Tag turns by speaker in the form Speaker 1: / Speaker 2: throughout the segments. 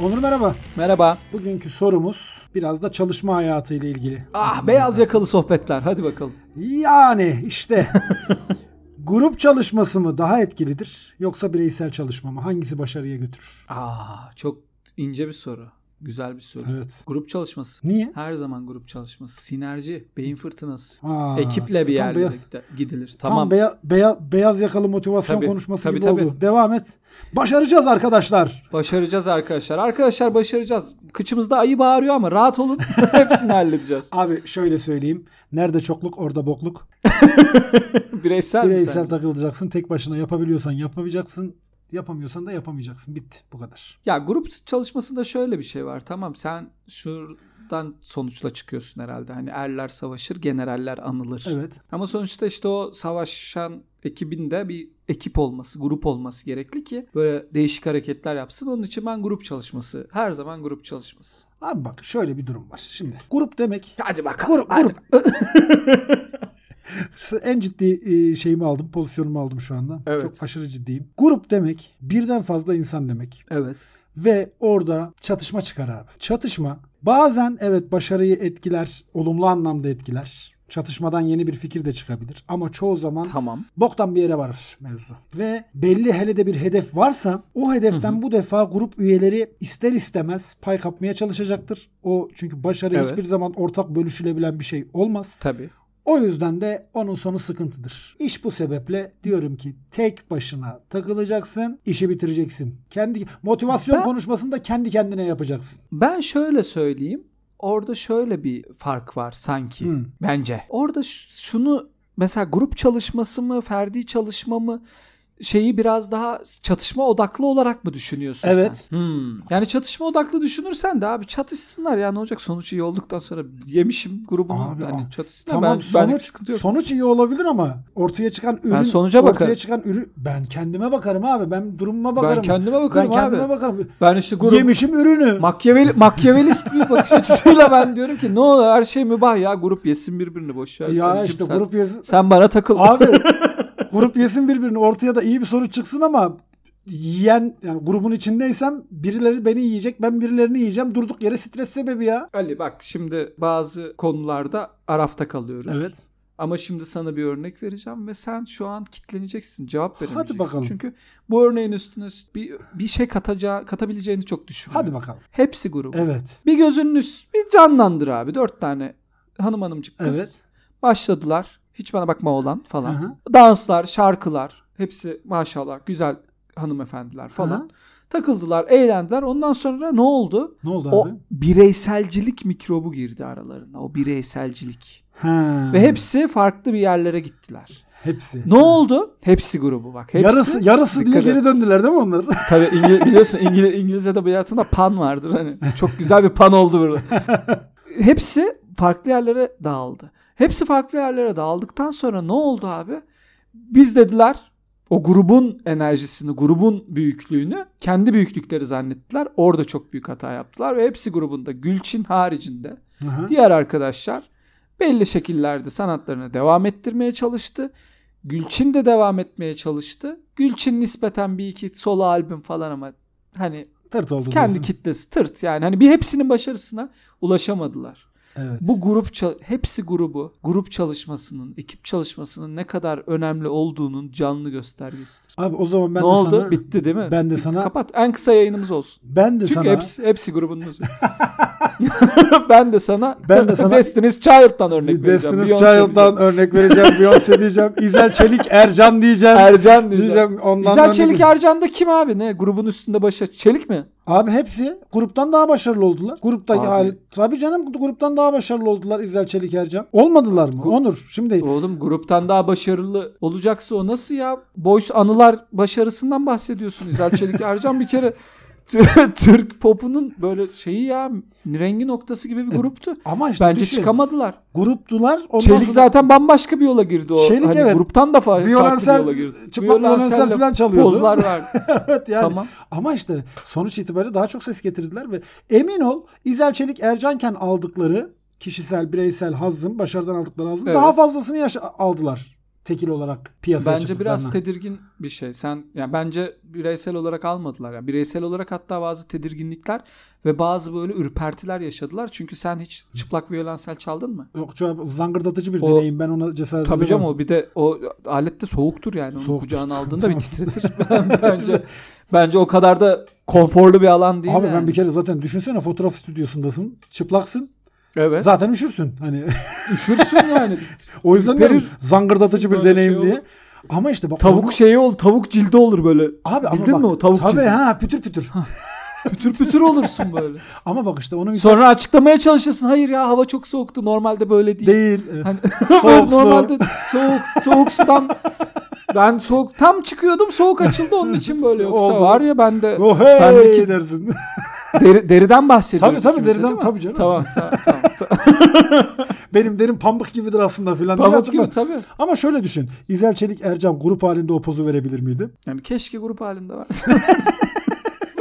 Speaker 1: Onur merhaba.
Speaker 2: Merhaba.
Speaker 1: Bugünkü sorumuz biraz da çalışma hayatı ile ilgili.
Speaker 2: Ah beyaz yakalı sohbetler. Hadi bakalım.
Speaker 1: Yani işte grup çalışması mı daha etkilidir yoksa bireysel çalışma mı? Hangisi başarıya götürür?
Speaker 2: Aa Ah, çok ince bir soru. Güzel bir soru.
Speaker 1: Evet.
Speaker 2: Grup çalışması.
Speaker 1: Niye?
Speaker 2: Her zaman grup çalışması. Sinerji, beyin fırtınası.
Speaker 1: Aa,
Speaker 2: Ekiple
Speaker 1: işte
Speaker 2: bir
Speaker 1: tam
Speaker 2: yerlere
Speaker 1: beyaz,
Speaker 2: gide- gidilir.
Speaker 1: tam
Speaker 2: Tamam.
Speaker 1: beya- beya- beyaz yakalı motivasyon
Speaker 2: Tabii,
Speaker 1: konuşması
Speaker 2: tabii,
Speaker 1: gibi
Speaker 2: tabii.
Speaker 1: oldu. Devam et. Başaracağız arkadaşlar.
Speaker 2: başaracağız arkadaşlar. Arkadaşlar başaracağız. Kıçımızda ayı bağırıyor ama rahat olun. Hepsini halledeceğiz.
Speaker 1: Abi şöyle söyleyeyim. Nerede çokluk orada bokluk.
Speaker 2: Bireysel, mi
Speaker 1: Bireysel
Speaker 2: sence?
Speaker 1: takılacaksın. Tek başına yapabiliyorsan yapamayacaksın. Yapamıyorsan da yapamayacaksın. Bitti. Bu kadar.
Speaker 2: Ya grup çalışmasında şöyle bir şey var. Tamam sen şuradan sonuçla çıkıyorsun herhalde. Hani erler savaşır, generaller anılır.
Speaker 1: Evet.
Speaker 2: Ama sonuçta işte o savaşan ekibin de bir ekip olması, grup olması gerekli ki böyle değişik hareketler yapsın. Onun için ben grup çalışması. Her zaman grup çalışması.
Speaker 1: Abi bak şöyle bir durum var. Şimdi grup demek
Speaker 2: Hadi bakalım.
Speaker 1: grup grup en ciddi e, şeyimi aldım, pozisyonumu aldım şu anda.
Speaker 2: Evet.
Speaker 1: Çok aşırı ciddiyim. Grup demek birden fazla insan demek
Speaker 2: evet.
Speaker 1: ve orada çatışma çıkar abi. Çatışma bazen evet başarıyı etkiler, olumlu anlamda etkiler. Çatışmadan yeni bir fikir de çıkabilir ama çoğu zaman
Speaker 2: Tamam.
Speaker 1: boktan bir yere varır mevzu. Ve belli hele de bir hedef varsa o hedeften bu defa grup üyeleri ister istemez pay kapmaya çalışacaktır. O çünkü başarı
Speaker 2: Evet.
Speaker 1: hiçbir zaman ortak bölüşülebilen bir şey olmaz.
Speaker 2: Tabii.
Speaker 1: O yüzden de onun sonu sıkıntıdır. İş bu sebeple diyorum ki tek başına takılacaksın, işi bitireceksin. Kendi motivasyon
Speaker 2: Ben-
Speaker 1: konuşmasını da kendi kendine yapacaksın.
Speaker 2: Ben şöyle söyleyeyim. Orada şöyle bir fark var sanki.
Speaker 1: Hı.
Speaker 2: Bence. Orada ş- şunu mesela grup çalışması mı, ferdi çalışma mı şeyi biraz daha çatışma odaklı olarak mı düşünüyorsun
Speaker 1: Evet.
Speaker 2: sen? Hmm. Yani çatışma odaklı düşünürsen de abi çatışsınlar ya ne olacak sonuç iyi olduktan sonra yemişim grubunu
Speaker 1: Abi,
Speaker 2: yani
Speaker 1: a-
Speaker 2: çatışsınlar
Speaker 1: Tamam
Speaker 2: ben, benlik bir
Speaker 1: sonuç
Speaker 2: sıkıntı yok.
Speaker 1: sonuç iyi olabilir ama ortaya çıkan ürün
Speaker 2: sonuca
Speaker 1: ortaya
Speaker 2: bakarım.
Speaker 1: çıkan ürün ben kendime bakarım abi. Ben durumuma
Speaker 2: ben
Speaker 1: bakarım.
Speaker 2: kendime bakarım
Speaker 1: Ben kendime
Speaker 2: abi.
Speaker 1: bakarım.
Speaker 2: Ben işte grup
Speaker 1: Yemişim ürünü.
Speaker 2: Makyaveli, makyavelist bir bakış açısıyla ben diyorum ki ne olur her şey mübah ya grup yesin birbirini boş ver.
Speaker 1: ya
Speaker 2: Sarıcığım
Speaker 1: işte
Speaker 2: sen,
Speaker 1: grup yesin.
Speaker 2: sen bana takıl.
Speaker 1: Abi grup yesin birbirini. Ortaya da iyi bir sonuç çıksın ama yiyen yani grubun içindeysem birileri beni yiyecek ben birilerini yiyeceğim. Durduk yere stres sebebi ya.
Speaker 2: Ali bak şimdi bazı konularda arafta kalıyoruz. Ama şimdi sana bir örnek vereceğim ve sen şu an kitleneceksin. Cevap
Speaker 1: Hadi
Speaker 2: veremeyeceksin.
Speaker 1: bakalım.
Speaker 2: Çünkü bu örneğin üstüne bir, bir şey katacağı, katabileceğini çok düşünmüyorum.
Speaker 1: Hadi bakalım.
Speaker 2: Hepsi grubu.
Speaker 1: Evet.
Speaker 2: Bir gözünün üst, bir canlandır abi. Dört tane hanım hanımcık kız.
Speaker 1: Evet.
Speaker 2: Başladılar. Hiç bana bakma olan falan.
Speaker 1: Hı hı.
Speaker 2: Danslar, şarkılar. Hepsi maşallah güzel hanımefendiler falan.
Speaker 1: Hı.
Speaker 2: Takıldılar, eğlendiler. Ondan sonra ne oldu?
Speaker 1: Ne oldu
Speaker 2: O
Speaker 1: abi?
Speaker 2: bireyselcilik mikrobu girdi aralarına. O bireyselcilik.
Speaker 1: Ha.
Speaker 2: Ve hepsi farklı bir yerlere gittiler.
Speaker 1: hepsi.
Speaker 2: Ne oldu? Hepsi grubu bak. Hepsi.
Speaker 1: yarısı yarısı diye
Speaker 2: Dikkat et.
Speaker 1: geri döndüler değil mi onlar?
Speaker 2: Tabii İngil- biliyorsun İngil- İngiliz edebiyatında pan vardır. Hani çok güzel bir pan oldu burada. hepsi farklı yerlere dağıldı. Hepsi farklı yerlere dağıldıktan sonra ne oldu abi? Biz dediler o grubun enerjisini, grubun büyüklüğünü kendi büyüklükleri zannettiler. Orada çok büyük hata yaptılar ve hepsi grubunda Gülçin haricinde
Speaker 1: Hı hı.
Speaker 2: Diğer arkadaşlar belli şekillerde sanatlarına devam ettirmeye çalıştı. Gülçin de devam etmeye çalıştı. Gülçin nispeten bir iki solo albüm falan ama hani
Speaker 1: Tırt oldu.
Speaker 2: kendi
Speaker 1: diyorsun.
Speaker 2: kitlesi tırt yani hani bir hepsinin başarısına ulaşamadılar.
Speaker 1: Evet.
Speaker 2: Bu grup çal- hepsi grubu, grup çalışmasının, ekip çalışmasının ne kadar önemli olduğunun canlı göstergesidir.
Speaker 1: Abi o zaman ben
Speaker 2: ne
Speaker 1: de
Speaker 2: oldu?
Speaker 1: sana
Speaker 2: Bitti değil mi?
Speaker 1: ben de
Speaker 2: Bitti.
Speaker 1: sana-
Speaker 2: kapat. En kısa yayınımız olsun.
Speaker 1: ben de
Speaker 2: Çünkü
Speaker 1: sana
Speaker 2: hepsi, hepsi grubunun özü. ben de sana
Speaker 1: Ben de sana-
Speaker 2: Destiny's Child'dan örnek vereceğim.
Speaker 1: Destiny's
Speaker 2: Beyoncé
Speaker 1: Child'dan
Speaker 2: diyeceğim.
Speaker 1: örnek vereceğim. Beyoncé diyeceğim. İzel Çelik, Ercan diyeceğim.
Speaker 2: Ercan diyeceğim.
Speaker 1: diyeceğim. Ondan
Speaker 2: İzel
Speaker 1: örnek-
Speaker 2: Çelik Ercan da kim abi? Ne? Grubun üstünde başa. Çelik mi?
Speaker 1: Abi hepsi gruptan daha başarılı oldular. Gruptaki
Speaker 2: Abi.
Speaker 1: hali. Tabii canım gruptan daha başarılı oldular İzel Çelik Ercan. Olmadılar mı?
Speaker 2: Gu-
Speaker 1: Onur şimdi
Speaker 2: Oğlum gruptan daha başarılı olacaksa o nasıl ya? Boys Anılar başarısından bahsediyorsun İzel Çelik Ercan bir kere t- Türk popunun böyle şeyi ya rengi noktası gibi bir gruptu.
Speaker 1: ama işte
Speaker 2: Bence
Speaker 1: düşün.
Speaker 2: çıkamadılar.
Speaker 1: Gruptular. Ondan
Speaker 2: Çelik
Speaker 1: sonra
Speaker 2: zaten bambaşka bir yola girdi o.
Speaker 1: Çelik
Speaker 2: hani
Speaker 1: evet.
Speaker 2: gruptan da fa- farklı bir yola girdi.
Speaker 1: violonsel, çıplak violonsel
Speaker 2: Violonselle
Speaker 1: falan çalıyordu.
Speaker 2: Pozlar verdi.
Speaker 1: evet yani.
Speaker 2: Tamam.
Speaker 1: Ama işte sonuç itibariyle daha çok ses getirdiler ve emin ol İzel Çelik Ercanken aldıkları kişisel, bireysel hazzın, başarıdan aldıkları hazzın
Speaker 2: Evet.
Speaker 1: daha fazlasını yaşa- aldılar. tekil olarak piyasaya
Speaker 2: Bence biraz
Speaker 1: çıktıklarına.
Speaker 2: tedirgin bir şey. Sen yani bence bireysel olarak almadılar. Yani bireysel olarak hatta bazı tedirginlikler ve bazı böyle ürpertiler yaşadılar. Çünkü sen hiç çıplak viyolonsel çaldın mı?
Speaker 1: Yok çok zangırdatıcı bir
Speaker 2: O-
Speaker 1: deneyim. Ben ona cesaret
Speaker 2: Tabii canım
Speaker 1: edemem.
Speaker 2: o bir de o alet de soğuktur yani. Onu
Speaker 1: Soğuktur.
Speaker 2: kucağına aldığında bir titretir. bence bence o kadar da konforlu bir alan değil.
Speaker 1: Abi ben
Speaker 2: yani.
Speaker 1: bir kere zaten düşünsene fotoğraf stüdyosundasın. Çıplaksın.
Speaker 2: Evet.
Speaker 1: Zaten üşürsün. Hani
Speaker 2: Üşürsün yani.
Speaker 1: o yüzden
Speaker 2: Verir.
Speaker 1: diyorum zangırdatıcı bir
Speaker 2: Böyle şey
Speaker 1: deneyim
Speaker 2: olur.
Speaker 1: diye. Ama işte bak
Speaker 2: Tavuk
Speaker 1: onu-
Speaker 2: şeyi ol, tavuk cildi olur böyle.
Speaker 1: Abi ama
Speaker 2: Bildin
Speaker 1: bak,
Speaker 2: mi o tavuk
Speaker 1: Tabii
Speaker 2: cildi?
Speaker 1: ha pütür pütür.
Speaker 2: Pütür pütür olursun böyle.
Speaker 1: Ama bak işte onun
Speaker 2: Sonra açıklamaya çalışırsın. Hayır ya hava çok soğuktu. Normalde böyle değil.
Speaker 1: değil. e,
Speaker 2: Hani
Speaker 1: Soğuk su.
Speaker 2: normalde soğuk soğuk sudan ben soğuk tam çıkıyordum soğuk açıldı onun için böyle yoksa
Speaker 1: Oldu.
Speaker 2: var ya ben de
Speaker 1: Oh hey
Speaker 2: Ben de ki-
Speaker 1: dersin.
Speaker 2: deri- deriden
Speaker 1: Tabii,
Speaker 2: bahsediyoruz.
Speaker 1: tabii,
Speaker 2: ikimiz de,
Speaker 1: deriden,
Speaker 2: değil mi?
Speaker 1: tabii canım.
Speaker 2: Tamam tamam tamam. tamam.
Speaker 1: Benim derim pamuk gibidir aslında filan. diye
Speaker 2: Pamuk
Speaker 1: açıklar.
Speaker 2: gibi tabii.
Speaker 1: Ama şöyle düşün. İzel Çelik Ercan grup halinde o pozu verebilir miydi?
Speaker 2: Yani keşke grup halinde varsa.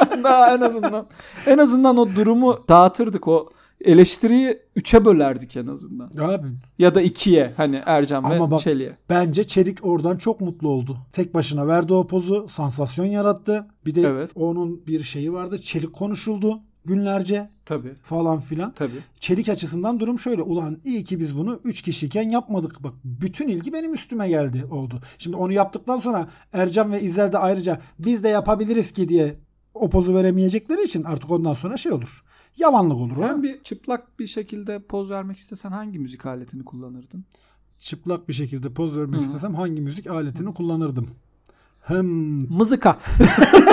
Speaker 2: ben daha en azından en azından o durumu dağıtırdık o eleştiriyi üçe bölerdik en azından.
Speaker 1: Abi
Speaker 2: Ya da ikiye hani Ercan
Speaker 1: Ama
Speaker 2: ve
Speaker 1: bak-
Speaker 2: Çelik'e.
Speaker 1: Bence Çelik oradan çok mutlu oldu. Tek başına verdi o pozu. Sansasyon yarattı. Bir de
Speaker 2: Evet.
Speaker 1: onun bir şeyi vardı. Çelik konuşuldu günlerce
Speaker 2: Tabii
Speaker 1: falan filan.
Speaker 2: tabii.
Speaker 1: Çelik açısından durum şöyle. Ulan iyi ki biz bunu 3 kişiyken yapmadık. Bak bütün ilgi benim üstüme geldi oldu. Şimdi onu yaptıktan sonra Ercan ve İzel de ayrıca biz de yapabiliriz ki diye o pozu veremeyecekleri için artık ondan sonra şey olur. Yavanlık olur. o.
Speaker 2: Sen bir çıplak bir şekilde poz vermek istesen hangi müzik aletini kullanırdın?
Speaker 1: Çıplak bir şekilde poz vermek
Speaker 2: Hı.
Speaker 1: istesem hangi müzik aletini kullanırdım? Hem
Speaker 2: Mızıka.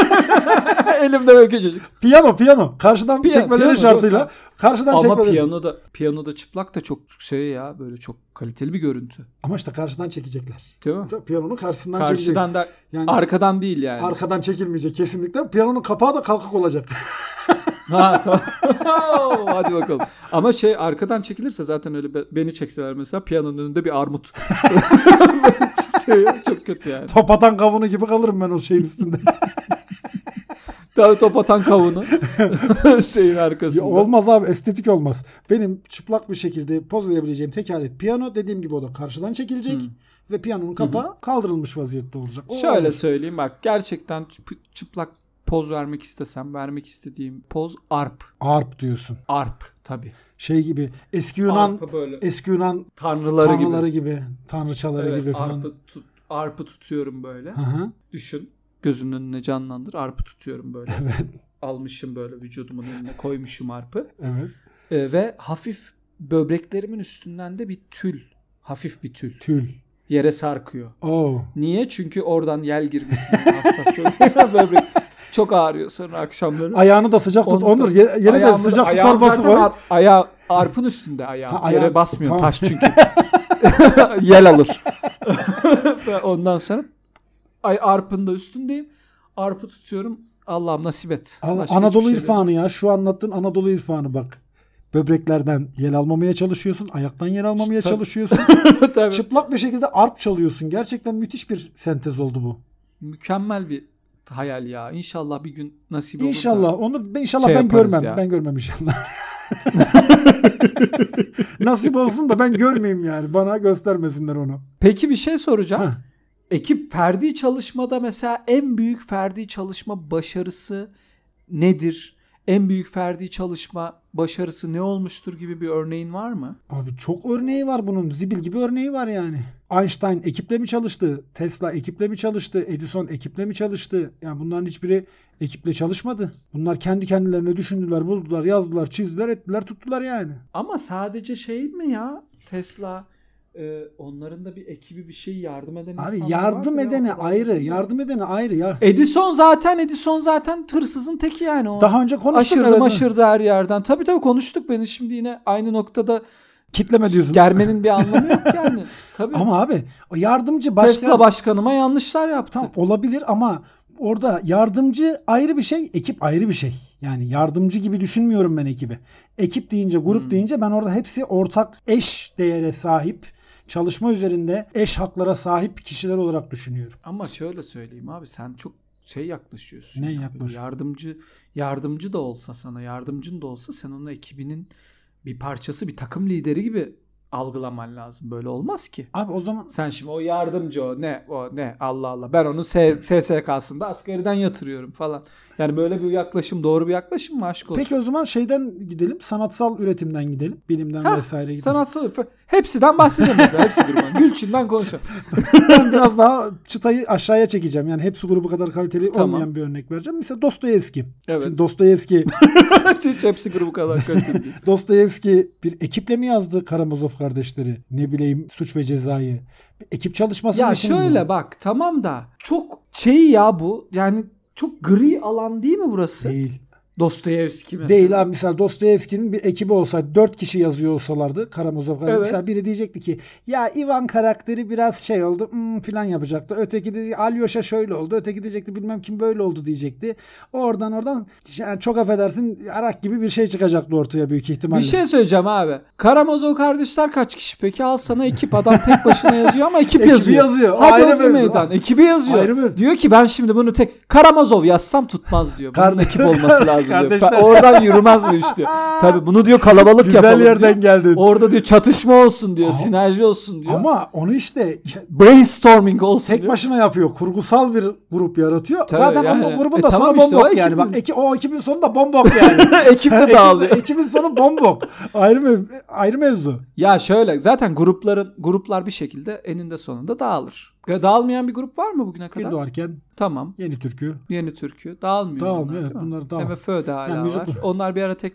Speaker 2: Elimde böyle küçücük.
Speaker 1: Piyano piyano. Karşıdan
Speaker 2: Piyano,
Speaker 1: çekmeleri
Speaker 2: piyano,
Speaker 1: şartıyla.
Speaker 2: yok
Speaker 1: Karşıdan
Speaker 2: Ama
Speaker 1: çekmeleri.
Speaker 2: piyanoda piyanoda çıplak da çok şey ya böyle çok kaliteli bir görüntü.
Speaker 1: Ama işte karşıdan çekecekler.
Speaker 2: Değil mi?
Speaker 1: Piyanonun karşısından çekecek.
Speaker 2: Karşıdan da
Speaker 1: Yani
Speaker 2: arkadan değil yani.
Speaker 1: arkadan çekilmeyecek kesinlikle. Piyanonun kapağı da kalkık olacak.
Speaker 2: Ha tamam. Hadi bakalım. Ama şey arkadan çekilirse zaten öyle be- beni çekseler mesela piyanonun önünde bir armut. şey, çok kötü yani.
Speaker 1: Top atan kavunu gibi kalırım ben o şeyin üstünde.
Speaker 2: Daha top atan kavunu şeyin
Speaker 1: Ya
Speaker 2: arkasında.
Speaker 1: olmaz abi estetik olmaz. Benim çıplak bir şekilde poz verebileceğim tek alet piyano. Dediğim gibi o da karşıdan çekilecek.
Speaker 2: Hı.
Speaker 1: Ve piyanonun kapağı kaldırılmış vaziyette olacak. O
Speaker 2: Şöyle
Speaker 1: olur.
Speaker 2: söyleyeyim bak gerçekten çı- çıplak poz vermek istesem vermek istediğim poz arp.
Speaker 1: Arp diyorsun.
Speaker 2: Arp tabi.
Speaker 1: Şey gibi eski Yunan
Speaker 2: Arp'ı böyle
Speaker 1: eski Yunan
Speaker 2: tanrıları,
Speaker 1: tanrıları
Speaker 2: gibi.
Speaker 1: gibi. tanrıçaları
Speaker 2: Evet,
Speaker 1: gibi falan.
Speaker 2: arp'ı, tut, arp'ı tutuyorum böyle.
Speaker 1: Hı hı.
Speaker 2: Düşün. Gözünün önüne canlandır. Arp'ı tutuyorum böyle.
Speaker 1: Evet.
Speaker 2: Almışım böyle vücudumun önüne koymuşum arp'ı.
Speaker 1: Evet.
Speaker 2: Ee, ve hafif böbreklerimin üstünden de bir tül. Hafif bir tül.
Speaker 1: Tül.
Speaker 2: Yere sarkıyor.
Speaker 1: Oo.
Speaker 2: Niye? Çünkü oradan yel girmesin. hassas böbrek. Böbrek Çok ağrıyor sonra akşamları.
Speaker 1: Ayağını da sıcak tut.
Speaker 2: Onu da-
Speaker 1: Onur ye- yere de
Speaker 2: Ayağımda-
Speaker 1: sıcak su
Speaker 2: ayağım
Speaker 1: torbası
Speaker 2: zaten
Speaker 1: var.
Speaker 2: ar- ayağı arpın üstünde ayağım.
Speaker 1: Ha,
Speaker 2: Yere
Speaker 1: ayağı-
Speaker 2: basmıyorum
Speaker 1: tamam.
Speaker 2: taş çünkü. Yel alır. Ve Ondan sonra ay arpın da üstündeyim. Arpı tutuyorum. Allah'ım nasip et.
Speaker 1: Al-
Speaker 2: Başka
Speaker 1: Anadolu
Speaker 2: hiçbir şey
Speaker 1: irfanı ya. Şu anlattığın Anadolu irfanı bak. Böbreklerden yel almamaya çalışıyorsun. Ayaktan yel almamaya
Speaker 2: Tabii.
Speaker 1: çalışıyorsun.
Speaker 2: yok. Tabii.
Speaker 1: Çıplak bir şekilde arp çalıyorsun. Gerçekten müthiş bir sentez oldu bu.
Speaker 2: Mükemmel bir hayal ya. İnşallah bir gün nasip olur. da.
Speaker 1: İnşallah. Onu ben inşallah
Speaker 2: Şey
Speaker 1: ben
Speaker 2: yaparız
Speaker 1: görmem.
Speaker 2: ya.
Speaker 1: Ben görmem inşallah. Nasip olsun da ben görmeyeyim yani. Bana göstermesinler onu.
Speaker 2: Peki bir şey soracağım.
Speaker 1: Heh.
Speaker 2: Ekip ferdi çalışmada mesela en büyük ferdi çalışma başarısı nedir? En büyük ferdi çalışma başarısı ne olmuştur gibi bir örneğin var mı?
Speaker 1: Abi çok örneği var bunun. Zibil gibi örneği var yani. Einstein ekiple mi çalıştı? Tesla ekiple mi çalıştı? Edison ekiple mi çalıştı? Yani bunların hiçbiri ekiple çalışmadı. Bunlar kendi kendilerine düşündüler, buldular, yazdılar, çizdiler, ettiler, tuttular yani.
Speaker 2: Ama sadece şey mi ya Tesla e, onların da bir ekibi bir şey yardım eden
Speaker 1: Abi
Speaker 2: insanlar
Speaker 1: yardım
Speaker 2: vardır ya, o
Speaker 1: edene
Speaker 2: kadar
Speaker 1: ayrı,
Speaker 2: değil mi?
Speaker 1: yardım edene ayrı ya.
Speaker 2: Edison zaten Edison zaten hırsızın teki yani o.
Speaker 1: Daha önce konuştuk
Speaker 2: aşırı
Speaker 1: evet.
Speaker 2: maşırdı her yerden. Tabii tabii konuştuk beni şimdi yine aynı noktada
Speaker 1: Kitleme diyorsun.
Speaker 2: germenin bir anlamı yok yani. Tabii.
Speaker 1: Ama abi o yardımcı başka
Speaker 2: Tesla başkanıma yanlışlar yaptı.
Speaker 1: Tamam, olabilir ama orada yardımcı ayrı bir şey, ekip ayrı bir şey. Yani yardımcı gibi düşünmüyorum ben ekibi. Ekip deyince, grup
Speaker 2: Hmm.
Speaker 1: deyince ben orada hepsi ortak eş değere sahip, çalışma üzerinde eş haklara sahip kişiler olarak düşünüyorum.
Speaker 2: Ama şöyle söyleyeyim abi sen çok şey yaklaşıyorsun.
Speaker 1: Ne
Speaker 2: ya.
Speaker 1: yaklaşıyorsun?
Speaker 2: Yardımcı yardımcı da olsa sana yardımcın da olsa sen onun ekibinin bir parçası bir takım lideri gibi algılaman lazım. Böyle olmaz ki.
Speaker 1: Abi o zaman
Speaker 2: Sen şimdi o yardımcı o ne o ne Allah Allah ben onu S- SSK'sında askeriden yatırıyorum falan. Yani böyle bir yaklaşım doğru bir yaklaşım mı aşk olsun?
Speaker 1: peki o zaman şeyden gidelim. Sanatsal üretimden gidelim. Bilimden
Speaker 2: Ha,
Speaker 1: vesaire gidelim.
Speaker 2: Sanatsal hepsinden bahsedelim mesela hepsi grubu. Gülçin'den konuşalım.
Speaker 1: ben biraz daha çıtayı aşağıya çekeceğim. Yani hepsi grubu kadar kaliteli
Speaker 2: Tamam.
Speaker 1: olmayan bir örnek vereceğim. Mesela Dostoyevski.
Speaker 2: Evet.
Speaker 1: Şimdi Dostoyevski
Speaker 2: Hiç hepsi grubu kadar kötü değil.
Speaker 1: Dostoyevski bir ekiple mi yazdı Karamazov kardeşleri? Ne bileyim Suç ve Ceza'yı. Bir ekip çalışması mı
Speaker 2: Ya
Speaker 1: işin bu?
Speaker 2: şöyle bak tamam da çok şey ya bu yani çok gri alan değil mi burası?
Speaker 1: Değil.
Speaker 2: Dostoyevski mesela.
Speaker 1: Değil abi mesela Dostoyevski'nin bir ekibi olsa dört kişi yazıyor olsalardı Karamazov kardeşleri.
Speaker 2: Evet.
Speaker 1: Mesela biri diyecekti ki ya Ivan karakteri biraz şey oldu hmm, filan yapacaktı. Öteki de Alyosha şöyle oldu. Öteki diyecekti bilmem kim böyle oldu diyecekti. Oradan oradan yani çok affedersin arak gibi bir şey çıkacaktı ortaya büyük ihtimalle.
Speaker 2: Bir şey söyleyeceğim abi. Karamazov kardeşler kaç kişi peki? Al sana ekip. Adam tek başına yazıyor ama ekip
Speaker 1: Ekibi
Speaker 2: yazıyor.
Speaker 1: yazıyor.
Speaker 2: Hadi
Speaker 1: Ayrı
Speaker 2: o da
Speaker 1: mevzu. Ah,
Speaker 2: meydan. Ekibi yazıyor.
Speaker 1: Ayrı mevzu.
Speaker 2: Diyor ki ben şimdi bunu tek Karamazov yazsam tutmaz diyor. Bunun
Speaker 1: Kardeş-
Speaker 2: ekip olması lazım diyor.
Speaker 1: Kardeşler.
Speaker 2: Ben- Oradan yürümez mi iş diyor. Tabii bunu diyor kalabalık
Speaker 1: Güzel
Speaker 2: yapalım
Speaker 1: yerden
Speaker 2: diyor.
Speaker 1: geldin.
Speaker 2: Orada diyor çatışma olsun diyor.
Speaker 1: Ama-
Speaker 2: Sinerji olsun diyor.
Speaker 1: Ama onu işte
Speaker 2: Brainstorming olsun
Speaker 1: tek
Speaker 2: diyor.
Speaker 1: başına yapıyor. Kurgusal bir grup yaratıyor.
Speaker 2: Tabii
Speaker 1: Zaten
Speaker 2: yani.
Speaker 1: onun grubun
Speaker 2: E
Speaker 1: da
Speaker 2: tamam
Speaker 1: sonu
Speaker 2: işte, o
Speaker 1: bombok yani.
Speaker 2: ekibin-
Speaker 1: Bak eki, o ekibin sonu da bombok yani.
Speaker 2: Ekip de dağılıyor.
Speaker 1: Ekibin, ekibin sonu bombok. ayrı, mev- ayrı mevzu.
Speaker 2: Ya şöyle zaten grupların gruplar bir şekilde eninde sonunda dağılır. Dağılmayan bir grup var mı bugüne
Speaker 1: Gün
Speaker 2: kadar?
Speaker 1: doğarken
Speaker 2: Tamam.
Speaker 1: yeni türkü.
Speaker 2: Yeni türkü. Dağılmıyor.
Speaker 1: Dağılmıyor,
Speaker 2: bunlar,
Speaker 1: evet,
Speaker 2: değil mi?
Speaker 1: bunlar dağıl-
Speaker 2: MFÖ de hala
Speaker 1: Yani müzik-
Speaker 2: var. Onlar bir ara tek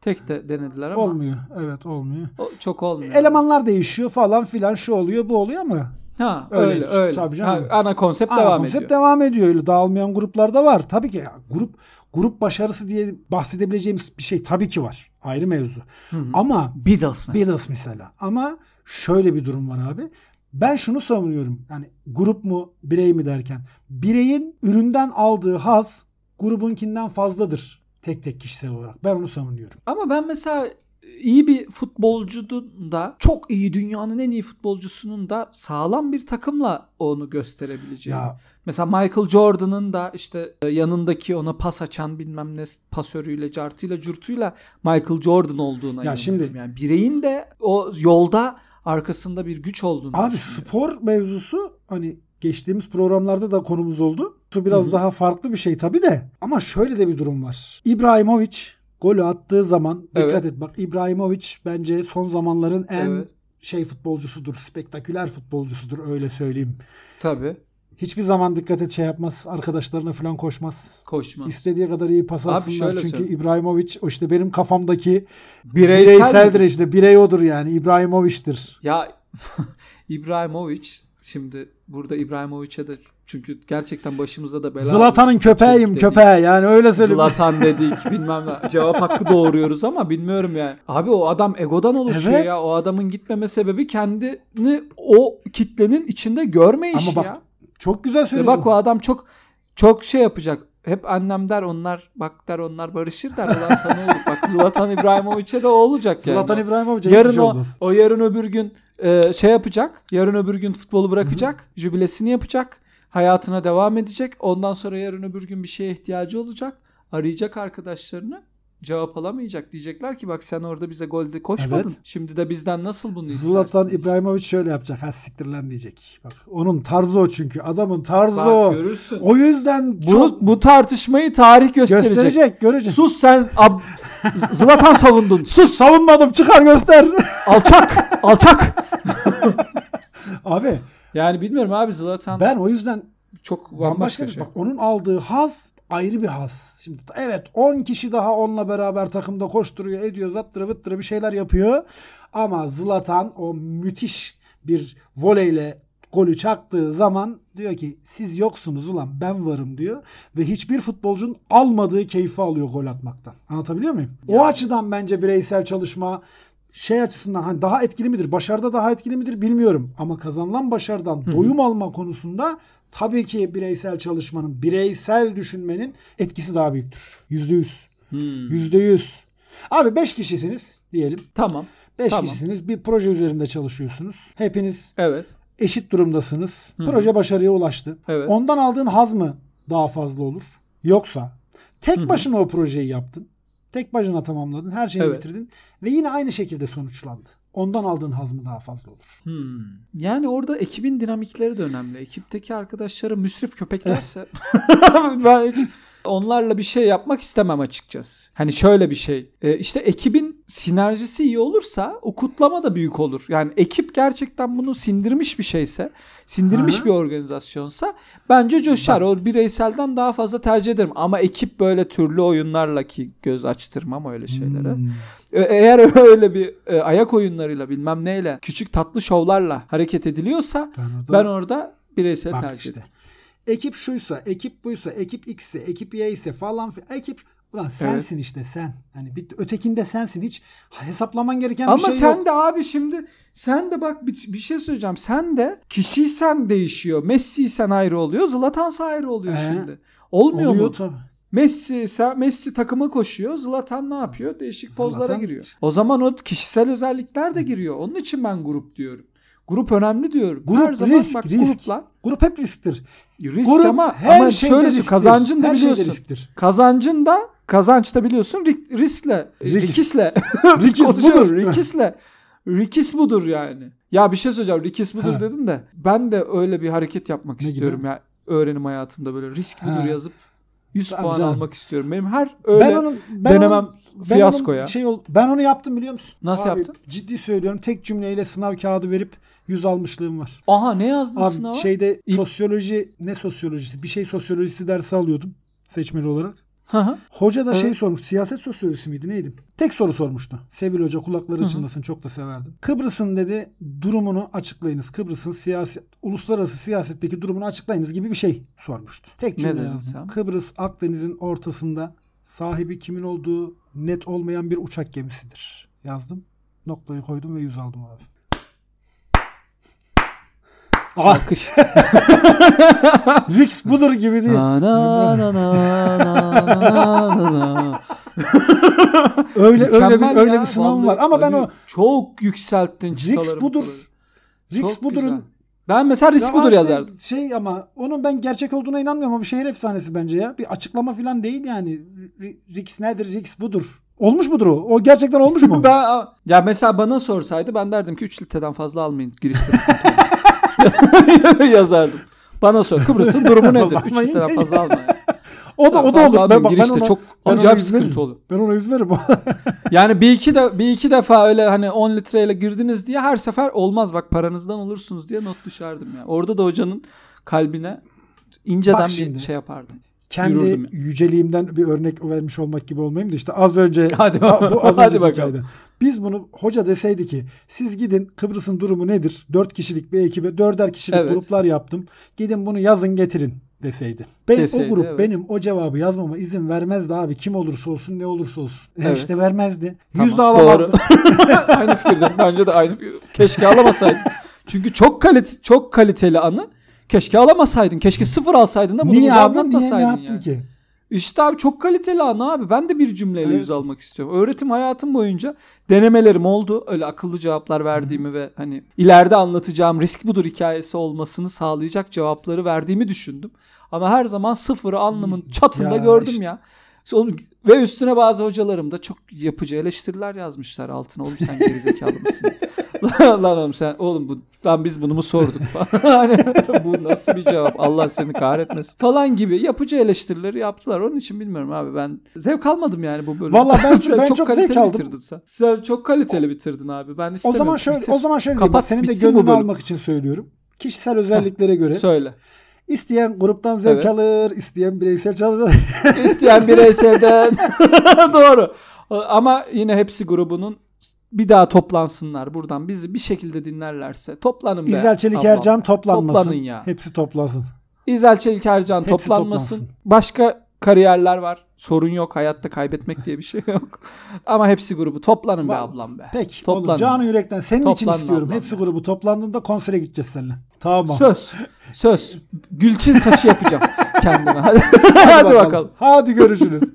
Speaker 2: tek de denediler ama
Speaker 1: Olmuyor. Evet olmuyor.
Speaker 2: o- çok olmuyor.
Speaker 1: Elemanlar değişiyor falan filan şu oluyor bu oluyor ama
Speaker 2: ha öyle
Speaker 1: Öyleymiş,
Speaker 2: öyle.
Speaker 1: tabii
Speaker 2: Ha,
Speaker 1: canım.
Speaker 2: ana konsept
Speaker 1: ana
Speaker 2: devam
Speaker 1: konsept
Speaker 2: ediyor.
Speaker 1: devam ediyor. Öyle dağılmayan gruplar da var. Tabii ki ya, grup grup başarısı diye bahsedebileceğimiz bir şey tabii ki var. Ayrı mevzu.
Speaker 2: Hı hı.
Speaker 1: Ama
Speaker 2: Beatles mesela.
Speaker 1: Beatles mesela. Ama şöyle bir durum var abi. Ben şunu savunuyorum. Yani grup mu birey mi derken. Bireyin üründen aldığı haz grubunkinden fazladır. Tek tek kişisel olarak. Ben onu savunuyorum.
Speaker 2: Ama ben mesela iyi bir futbolcunun da çok iyi dünyanın en iyi futbolcusunun da sağlam bir takımla onu gösterebileceği.
Speaker 1: Ya
Speaker 2: Mesela Michael Jordan'ın da işte e, yanındaki ona pas açan bilmem ne pasörüyle, cartıyla, curtuyla Michael Jordan olduğuna
Speaker 1: Ya
Speaker 2: inanıyorum.
Speaker 1: şimdi-
Speaker 2: yani bireyin de o yolda arkasında bir güç olduğunu
Speaker 1: abi
Speaker 2: düşünüyorum.
Speaker 1: spor mevzusu hani geçtiğimiz programlarda da konumuz oldu. Bu biraz
Speaker 2: Hı hı.
Speaker 1: daha farklı bir şey tabii de. Ama şöyle de bir durum var. İbrahimovic golü attığı zaman dikkat
Speaker 2: Evet.
Speaker 1: et bak İbrahimovic bence son zamanların en
Speaker 2: Evet.
Speaker 1: şey futbolcusudur. Spektaküler futbolcusudur öyle söyleyeyim.
Speaker 2: Tabii.
Speaker 1: Hiçbir zaman dikkat et şey yapmaz. Arkadaşlarına falan koşmaz.
Speaker 2: Koşma.
Speaker 1: İstediği kadar iyi pas
Speaker 2: Abi
Speaker 1: atsınlar.
Speaker 2: şöyle
Speaker 1: Çünkü
Speaker 2: söyle.
Speaker 1: İbrahimovic o işte benim kafamdaki
Speaker 2: Bireysel,
Speaker 1: bireyseldir işte. Birey odur yani. İbrahimovic'tir.
Speaker 2: Ya İbrahimovic şimdi burada İbrahimovic'e de çünkü gerçekten başımıza da bela
Speaker 1: Zlatan'ın
Speaker 2: oldu.
Speaker 1: köpeğiyim
Speaker 2: Dedik.
Speaker 1: köpeği yani öyle söyleyeyim.
Speaker 2: Zlatan dedik bilmem ne. Cevap hakkı doğuruyoruz ama bilmiyorum yani. Abi o adam egodan oluşuyor
Speaker 1: Evet.
Speaker 2: ya. O adamın gitmeme sebebi kendini o kitlenin içinde görmeyişi
Speaker 1: Ama bak,
Speaker 2: ya.
Speaker 1: Çok güzel
Speaker 2: Ve
Speaker 1: söyledin.
Speaker 2: E bak o adam çok çok şey yapacak. Hep annem der onlar bak der onlar barışır der. Ulan sana olur. Bak Zlatan İbrahimovic'e de o olacak yani.
Speaker 1: Zlatan İbrahimovic'e hiçbir
Speaker 2: Yarın
Speaker 1: şey
Speaker 2: o,
Speaker 1: olmaz.
Speaker 2: o yarın öbür gün e, şey yapacak. Yarın öbür gün futbolu bırakacak. Jübilesini yapacak. Hayatına devam edecek. Ondan sonra yarın öbür gün bir şeye ihtiyacı olacak. Arayacak arkadaşlarını. Cevap alamayacak. Diyecekler ki bak sen orada bize golde koşmadın.
Speaker 1: Evet.
Speaker 2: Şimdi de bizden nasıl bunu istersin?
Speaker 1: Zlatan İbrahimovic şöyle yapacak. Ha siktir lan diyecek. Bak onun tarzı o çünkü. Adamın tarzı
Speaker 2: Bak
Speaker 1: o.
Speaker 2: görürsün.
Speaker 1: O yüzden
Speaker 2: Bunu,
Speaker 1: çok
Speaker 2: bu tartışmayı tarih gösterecek.
Speaker 1: gösterecek, görecek.
Speaker 2: Sus sen ab- Zlatan savundun.
Speaker 1: Sus savunmadım çıkar göster.
Speaker 2: Alçak. Alçak.
Speaker 1: Abi
Speaker 2: Yani bilmiyorum abi Zlatan
Speaker 1: ben o yüzden
Speaker 2: çok bambaşka,
Speaker 1: Bambaşka bir
Speaker 2: şey.
Speaker 1: Bak onun aldığı haz ayrı bir haz. Şimdi evet 10 kişi daha onunla beraber takımda koşturuyor, ediyor, zattırı vıttırı bir şeyler yapıyor. Ama Zlatan o müthiş bir voleyle golü çaktığı zaman diyor ki siz yoksunuz ulan ben varım diyor ve hiçbir futbolcunun almadığı keyfi alıyor gol atmaktan. Anlatabiliyor muyum? O
Speaker 2: Yani.
Speaker 1: açıdan bence bireysel çalışma şey açısından hani daha etkili midir? Başarıda daha etkili midir bilmiyorum ama kazanılan başarıdan
Speaker 2: hı.
Speaker 1: doyum alma konusunda tabii ki bireysel çalışmanın, bireysel düşünmenin etkisi daha büyüktür. Yüzde yüz.
Speaker 2: Hmm.
Speaker 1: Yüzde yüz. Abi beş kişisiniz diyelim.
Speaker 2: Tamam.
Speaker 1: Beş
Speaker 2: Tamam.
Speaker 1: kişisiniz. Bir proje üzerinde çalışıyorsunuz. Hepiniz
Speaker 2: Evet.
Speaker 1: eşit durumdasınız.
Speaker 2: Hı hı.
Speaker 1: Proje başarıya ulaştı.
Speaker 2: Evet.
Speaker 1: Ondan aldığın haz mı daha fazla olur? Yoksa tek
Speaker 2: Hı hı.
Speaker 1: başına o projeyi yaptın. Tek başına tamamladın. Her şeyi
Speaker 2: Evet.
Speaker 1: bitirdin. Ve yine aynı şekilde sonuçlandı. Ondan aldığın haz mı daha fazla olur?
Speaker 2: Hmm. Yani orada ekibin dinamikleri de önemli. Ekipteki arkadaşları müsrif köpeklerse
Speaker 1: Eh.
Speaker 2: ben hiç onlarla bir şey yapmak istemem açıkçası. Hani şöyle bir şey. e, işte ekibin sinerjisi iyi olursa o kutlama da büyük olur. Yani ekip gerçekten bunu sindirmiş bir şeyse, sindirmiş
Speaker 1: Hı hı.
Speaker 2: bir organizasyonsa bence coşar. O bireyselden daha fazla tercih ederim. Ama ekip böyle türlü oyunlarla ki göz açtırmam öyle şeylere.
Speaker 1: Hmm.
Speaker 2: E, Eğer öyle bir e, ayak oyunlarıyla bilmem neyle küçük tatlı şovlarla hareket ediliyorsa
Speaker 1: Ben orada
Speaker 2: ben orada bireysel
Speaker 1: bak
Speaker 2: tercih
Speaker 1: işte.
Speaker 2: ederim.
Speaker 1: Ekip şuysa, ekip buysa, ekip X'se, ekip Y ise falan filan. Ekip ulan sensin işte sen. Hani bir ötekinde sensin. Hiç hesaplaman gereken
Speaker 2: Ama
Speaker 1: bir şey
Speaker 2: sen
Speaker 1: yok.
Speaker 2: de abi şimdi sen de bak bir, bir şey söyleyeceğim. Sen de kişiysen değişiyor. Messi'sen ayrı oluyor. Zlatan'sa ayrı oluyor
Speaker 1: Ee,
Speaker 2: şimdi. Olmuyor
Speaker 1: Oluyor
Speaker 2: mu?
Speaker 1: tabii.
Speaker 2: Messi sen Messi takıma koşuyor. Zlatan ne yapıyor? Değişik pozlara
Speaker 1: Zlatan-
Speaker 2: giriyor. O zaman o kişisel özellikler de giriyor. Onun için ben grup diyorum. Grup önemli diyorum.
Speaker 1: Grup,
Speaker 2: Her zaman
Speaker 1: risk,
Speaker 2: bak
Speaker 1: risk.
Speaker 2: grupla
Speaker 1: Grup hep risktir.
Speaker 2: Risk
Speaker 1: Grup
Speaker 2: ama,
Speaker 1: her
Speaker 2: ama
Speaker 1: şeyde
Speaker 2: şöyle düşün,
Speaker 1: risktir.
Speaker 2: kazancın da
Speaker 1: her şeyde
Speaker 2: biliyorsun.
Speaker 1: risktir.
Speaker 2: Kazancın da kazanç da biliyorsun rik- riskle.
Speaker 1: Risk.
Speaker 2: Rikisle.
Speaker 1: Rikis
Speaker 2: Konuşuyorum,
Speaker 1: budur.
Speaker 2: Rikisle. Rikis budur yani. Ya bir şey söyleyeceğim. Rikis budur
Speaker 1: Ha.
Speaker 2: dedin de ben de öyle bir hareket yapmak
Speaker 1: Ne gibi?
Speaker 2: istiyorum ya öğrenim hayatımda böyle risk
Speaker 1: Ha.
Speaker 2: budur yazıp 100
Speaker 1: Tabii
Speaker 2: puan
Speaker 1: canım.
Speaker 2: almak istiyorum. Benim her öyle
Speaker 1: ben onu ben
Speaker 2: denemem
Speaker 1: onu-
Speaker 2: fiyasko
Speaker 1: ben onu
Speaker 2: ya.
Speaker 1: Şey ol, ben onu yaptım biliyor musun?
Speaker 2: Nasıl
Speaker 1: Abi,
Speaker 2: yaptın?
Speaker 1: Ciddi söylüyorum. Tek cümleyle sınav kağıdı verip yüz almışlığım var.
Speaker 2: Aha ne yazdın
Speaker 1: Abi şey-
Speaker 2: sınava?
Speaker 1: şeyde
Speaker 2: İlk-
Speaker 1: sosyoloji ne sosyolojisi? Bir şey sosyolojisi dersi alıyordum seçmeli olarak.
Speaker 2: Hı hı.
Speaker 1: Hoca da şey
Speaker 2: Evet.
Speaker 1: sormuş. Siyaset sosyolojisi miydi neydi? Tek soru sormuştu. Sevil Hoca kulakları
Speaker 2: Hı hı.
Speaker 1: çınlasın çok da severdim. Kıbrıs'ın dedi durumunu açıklayınız. Kıbrıs'ın siyasi, uluslararası siyasetteki durumunu açıklayınız gibi bir şey sormuştu. Tek
Speaker 2: Ne
Speaker 1: cümle
Speaker 2: dedin
Speaker 1: yazdım.
Speaker 2: sen?
Speaker 1: Kıbrıs Akdeniz'in ortasında sahibi kimin olduğu net olmayan bir uçak gemisidir. Yazdım. Noktayı koydum ve yüz aldım abi. Ah,
Speaker 2: Alkış.
Speaker 1: Risk budur gibi değil.
Speaker 2: Na, na, na, na, na, na, na.
Speaker 1: Öyle öyle
Speaker 2: Mükemmel
Speaker 1: bir öyle
Speaker 2: ya,
Speaker 1: bir sınavım var
Speaker 2: vallahi
Speaker 1: ama ben
Speaker 2: Ali,
Speaker 1: o
Speaker 2: çok yükselttin
Speaker 1: Risk
Speaker 2: çıtalarımı.
Speaker 1: budur.
Speaker 2: çıtalarımı.
Speaker 1: Risk
Speaker 2: Çok güzel.
Speaker 1: budur'un
Speaker 2: Ben mesela risk
Speaker 1: Ya
Speaker 2: budur
Speaker 1: işte
Speaker 2: yazardım.
Speaker 1: Şey ama onun ben gerçek olduğuna inanmıyorum ama şehir efsanesi bence ya. Bir açıklama falan değil yani. R- Rix nedir? Rix budur. Olmuş mudur o? O gerçekten olmuş mu?
Speaker 2: Ben, ya mesela bana sorsaydı ben derdim ki 3 litreden fazla almayın girişte sıkıntı olur. yazardım. Bana sor Kıbrıs'ın durumu nedir? 3
Speaker 1: Bakmayın
Speaker 2: litreden
Speaker 1: ya.
Speaker 2: fazla almayın.
Speaker 1: o da o da
Speaker 2: Fazla
Speaker 1: olur. Ben,
Speaker 2: almayın,
Speaker 1: bak, ben
Speaker 2: girişte
Speaker 1: ona,
Speaker 2: çok
Speaker 1: ben ona
Speaker 2: acayip
Speaker 1: izlerim.
Speaker 2: sıkıntı olur.
Speaker 1: ben ona üzülürüm.
Speaker 2: Yani bir iki de bir iki defa öyle hani 10 litreyle girdiniz diye her sefer olmaz bak paranızdan olursunuz diye not düşerdim ya. Orada da hocanın kalbine inceden
Speaker 1: Bak
Speaker 2: bir
Speaker 1: şimdi.
Speaker 2: şey yapardım.
Speaker 1: Kendi
Speaker 2: Yürürdüm ya.
Speaker 1: yüceliğimden bir örnek vermiş olmak gibi olmayayım da işte az önce
Speaker 2: Hadi
Speaker 1: Ha, bu az
Speaker 2: hadi
Speaker 1: önceki
Speaker 2: bakalım.
Speaker 1: hikayede. Biz bunu hoca deseydi ki siz gidin Kıbrıs'ın durumu nedir? Dört kişilik bir ekibe dörder kişilik
Speaker 2: Evet.
Speaker 1: gruplar yaptım. Gidin bunu yazın getirin deseydi. Ben
Speaker 2: Deseydi,
Speaker 1: o grup
Speaker 2: evet.
Speaker 1: benim o cevabı yazmama izin vermezdi abi. Kim olursa olsun ne olursa olsun. E
Speaker 2: Evet.
Speaker 1: işte vermezdi.
Speaker 2: Tamam,
Speaker 1: Yüzde alamazdı.
Speaker 2: aynı fikirdeyim. Bence de aynı fikir. Keşke alamasaydım. Çünkü çok kalite çok kaliteli anı. Keşke alamasaydın. Keşke sıfır alsaydın da bunu
Speaker 1: niye
Speaker 2: bize
Speaker 1: abi? Niye ne
Speaker 2: anlatmasaydın
Speaker 1: yaptım
Speaker 2: yani.
Speaker 1: ki?
Speaker 2: İşte abi çok kaliteli anı abi. Ben de bir cümleyle
Speaker 1: Evet.
Speaker 2: yüz almak istiyorum. Öğretim hayatım boyunca denemelerim oldu. Öyle akıllı cevaplar verdiğimi ve hani ileride anlatacağım risk budur hikayesi olmasını sağlayacak cevapları verdiğimi düşündüm. Ama her zaman sıfırı alnımın
Speaker 1: Ya
Speaker 2: çatında gördüm
Speaker 1: işte.
Speaker 2: ya. Son- Ve üstüne bazı hocalarım da çok yapıcı eleştiriler yazmışlar altına. Oğlum sen gerizekalı mısın? lan lan oğlum sen oğlum bu lan biz bunu mu sorduk falan. Hani bu nasıl bir cevap? Allah seni kahretmesin falan gibi yapıcı eleştirileri yaptılar. Onun için bilmiyorum abi ben zevk almadım yani bu bölümde.
Speaker 1: Vallahi ben-
Speaker 2: Sen
Speaker 1: ben çok zevk
Speaker 2: kaliteli
Speaker 1: aldım.
Speaker 2: Bitirdin sen. sen çok kaliteli bitirdin abi. Ben
Speaker 1: O
Speaker 2: istemiyorum.
Speaker 1: zaman şöyle
Speaker 2: Bitir.
Speaker 1: o zaman şöyle
Speaker 2: Kapat,
Speaker 1: Kapat, senin de
Speaker 2: bitsin bu
Speaker 1: gönlünü
Speaker 2: bölüm.
Speaker 1: almak için söylüyorum. Kişisel özelliklere göre
Speaker 2: söyle.
Speaker 1: isteyen gruptan zevk
Speaker 2: Evet.
Speaker 1: alır, isteyen bireysel çalır.
Speaker 2: İsteyen bireyselden. Doğru. Ama yine hepsi grubunun bir daha toplansınlar buradan. Bizi bir şekilde dinlerlerse toplanın be.
Speaker 1: İzel Çelik
Speaker 2: ablam.
Speaker 1: Ercan toplanmasın.
Speaker 2: Toplanın ya.
Speaker 1: Hepsi toplansın.
Speaker 2: İzel Çelik Ercan
Speaker 1: Hepsi
Speaker 2: toplanmasın.
Speaker 1: toplansın.
Speaker 2: Başka kariyerler var. Sorun yok. Hayatta kaybetmek diye bir şey yok. Ama hepsi grubu toplanın be
Speaker 1: Vallahi.
Speaker 2: ablam be.
Speaker 1: Peki.
Speaker 2: Toplanın.
Speaker 1: Toplanın. Canı yürekten senin için
Speaker 2: Toplanın
Speaker 1: istiyorum.
Speaker 2: ablam
Speaker 1: Hepsi
Speaker 2: ya.
Speaker 1: grubu toplandığında konsere gideceğiz seninle. Tamam.
Speaker 2: Söz. Söz. Gülçin saçı yapacağım kendime. Hadi, Hadi bakalım.
Speaker 1: Hadi görüşürüz.